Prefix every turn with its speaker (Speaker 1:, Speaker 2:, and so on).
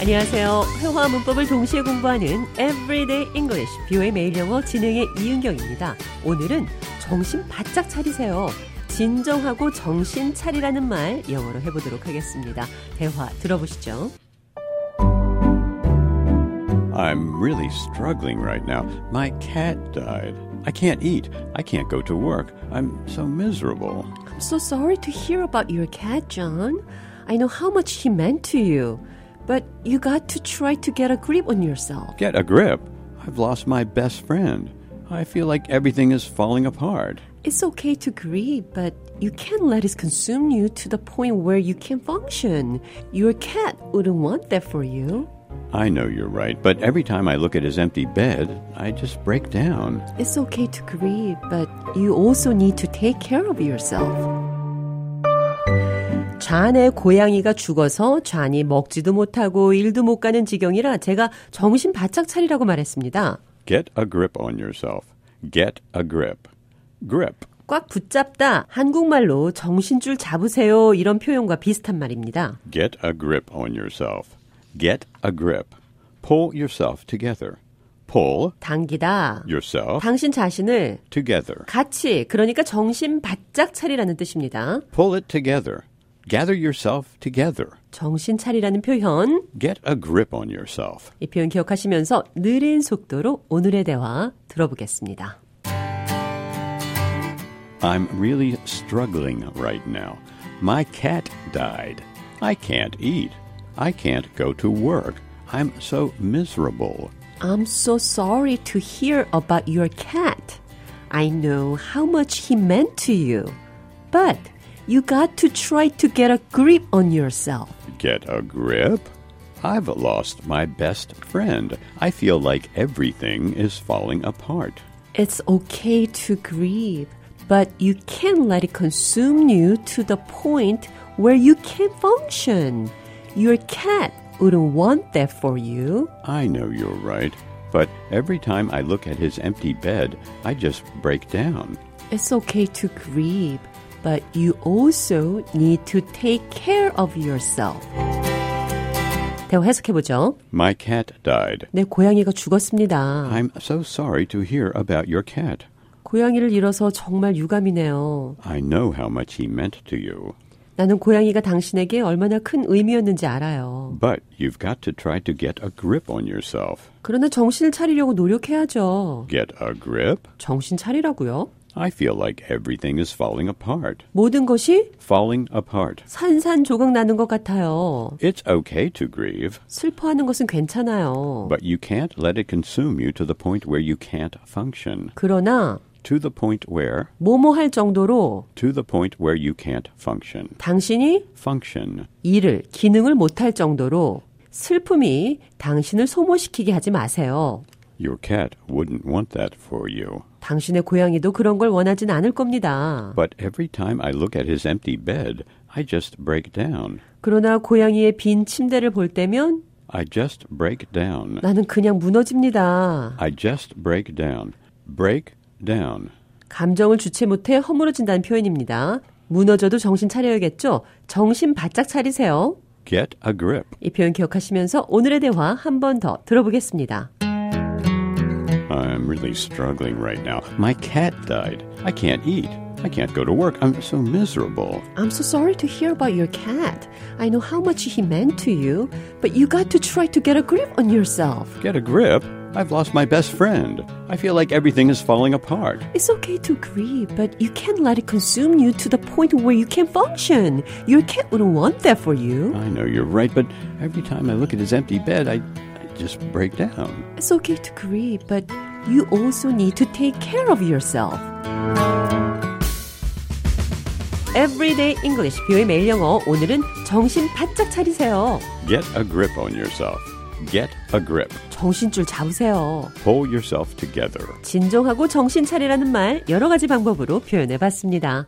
Speaker 1: 안녕하세요. 회화 문법을 동시에 공부하는 Everyday English 뷰의 매일 영어 진행의 이은경입니다. 오늘은 정신 바짝 차리세요. 진정하고 정신 차리라는 말 영어로 해보도록 하겠습니다. 대화 들어보시죠.
Speaker 2: I'm really struggling right now. My cat died. I can't eat. I can't go to work. I'm so miserable.
Speaker 1: I'm so sorry to hear about your cat, John. I know how much he meant to you. But you got to try to get a grip on yourself.
Speaker 2: Get a grip. I've lost my best friend. I feel like everything is falling apart.
Speaker 1: It's okay to grieve, but you can't let it consume you to the point where you can't function. Your cat wouldn't want that for you.
Speaker 2: I know you're right, but every time I look at his empty bed, I just break down.
Speaker 1: It's okay to grieve, but you also need to take care of yourself. 잔의 고양이가 죽어서 잔이 먹지도 못하고 일도 못 가는 지경이라 제가 정신 바짝 차리라고 말했습니다.
Speaker 2: Get a grip on yourself. Get a grip. Grip.
Speaker 1: 꽉 붙잡다 한국말로 정신줄 잡으세요 이런 표현과 비슷한 말입니다.
Speaker 2: Get a grip on yourself. Get a grip. Pull yourself together. Pull
Speaker 1: 당기다.
Speaker 2: yourself
Speaker 1: 당신 자신을
Speaker 2: together.
Speaker 1: 같이 그러니까 정신 바짝 차리라는 뜻입니다.
Speaker 2: Pull it together. Gather yourself together.
Speaker 1: 정신 차리라는 표현
Speaker 2: Get a grip on yourself.
Speaker 1: 이 표현 기억하시면서 느린 속도로 오늘의 대화 들어보겠습니다.
Speaker 2: I'm really struggling right now. My cat died. I can't eat. I can't go to work. I'm so miserable.
Speaker 1: I'm so sorry to hear about your cat. I know how much he meant to you. But you got to try to get a grip on yourself.
Speaker 2: Get a grip? I've lost my best friend. I feel like everything is falling apart.
Speaker 1: It's okay to grieve, but you can't let it consume you to the point where you can't function. Your cat wouldn't want that for you.
Speaker 2: I know you're right, but every time I look at his empty bed, I just break down.
Speaker 1: It's okay to grieve, but you also need to take care of yourself. 대화 해석해보죠.
Speaker 2: My cat died.
Speaker 1: 내 고양이가 죽었습니다.
Speaker 2: I'm so sorry to hear about your cat.
Speaker 1: 고양이를 잃어서 정말 유감이네요.
Speaker 2: I know how much he meant to you.
Speaker 1: 나는 고양이가 당신에게 얼마나 큰 의미였는지 알아요.
Speaker 2: But you've got to try to get a grip on yourself.
Speaker 1: 그러나 정신을 차리려고 노력해야죠.
Speaker 2: Get a grip?
Speaker 1: 정신 차리라고요?
Speaker 2: I feel like everything is falling apart.
Speaker 1: 모든 것이
Speaker 2: Falling apart.
Speaker 1: 산산조각 나는 것 같아요.
Speaker 2: It's okay to grieve,
Speaker 1: 슬퍼하는 것은 괜찮아요.
Speaker 2: but you can't let it consume you to the point where you can't function.
Speaker 1: 그러나
Speaker 2: To the point where,
Speaker 1: 뭐뭐 할 정도로
Speaker 2: to the point where you can't function.
Speaker 1: 당신이
Speaker 2: Function.
Speaker 1: 일을 기능을 못할 정도로 슬픔이 당신을 소모시키게 하지 마세요.
Speaker 2: Your cat wouldn't want that for you.
Speaker 1: 당신의 고양이도 그런 걸 원하진 않을 겁니다.
Speaker 2: But every time I look at his empty bed, I just break down.
Speaker 1: 그러나 고양이의 빈 침대를 볼 때면
Speaker 2: I just break down.
Speaker 1: 나는 그냥 무너집니다.
Speaker 2: I just break down. Break down.
Speaker 1: 감정을 주체 못해 허물어진다는 표현입니다. 무너져도 정신 차려야겠죠? 정신 바짝 차리세요.
Speaker 2: Get a grip.
Speaker 1: 이 표현 기억하시면서 오늘의 대화 한 번 더 들어보겠습니다.
Speaker 2: I'm really struggling right now. My cat died. I can't eat. I can't go to work. I'm so miserable.
Speaker 1: I'm so sorry to hear about your cat. I know how much he meant to you, but you got to try to get a grip on yourself.
Speaker 2: Get a grip? I've lost my best friend. I feel like everything is falling apart.
Speaker 1: It's okay to grieve, but you can't let it consume you to the point where you can't function. Your cat wouldn't want that for you.
Speaker 2: I know you're right, but every time I look at his empty bed, I, I just break down.
Speaker 1: It's okay to grieve, but you also need to take care of yourself. Everyday English, 뷰의 매일 영어. 오늘은 정신 바짝 차리세요.
Speaker 2: Get a grip on yourself. Get a grip.
Speaker 1: 정신줄 잡으세요.
Speaker 2: Pull yourself together.
Speaker 1: 진정하고 정신 차리라는 말 여러 가지 방법으로 표현해 봤습니다.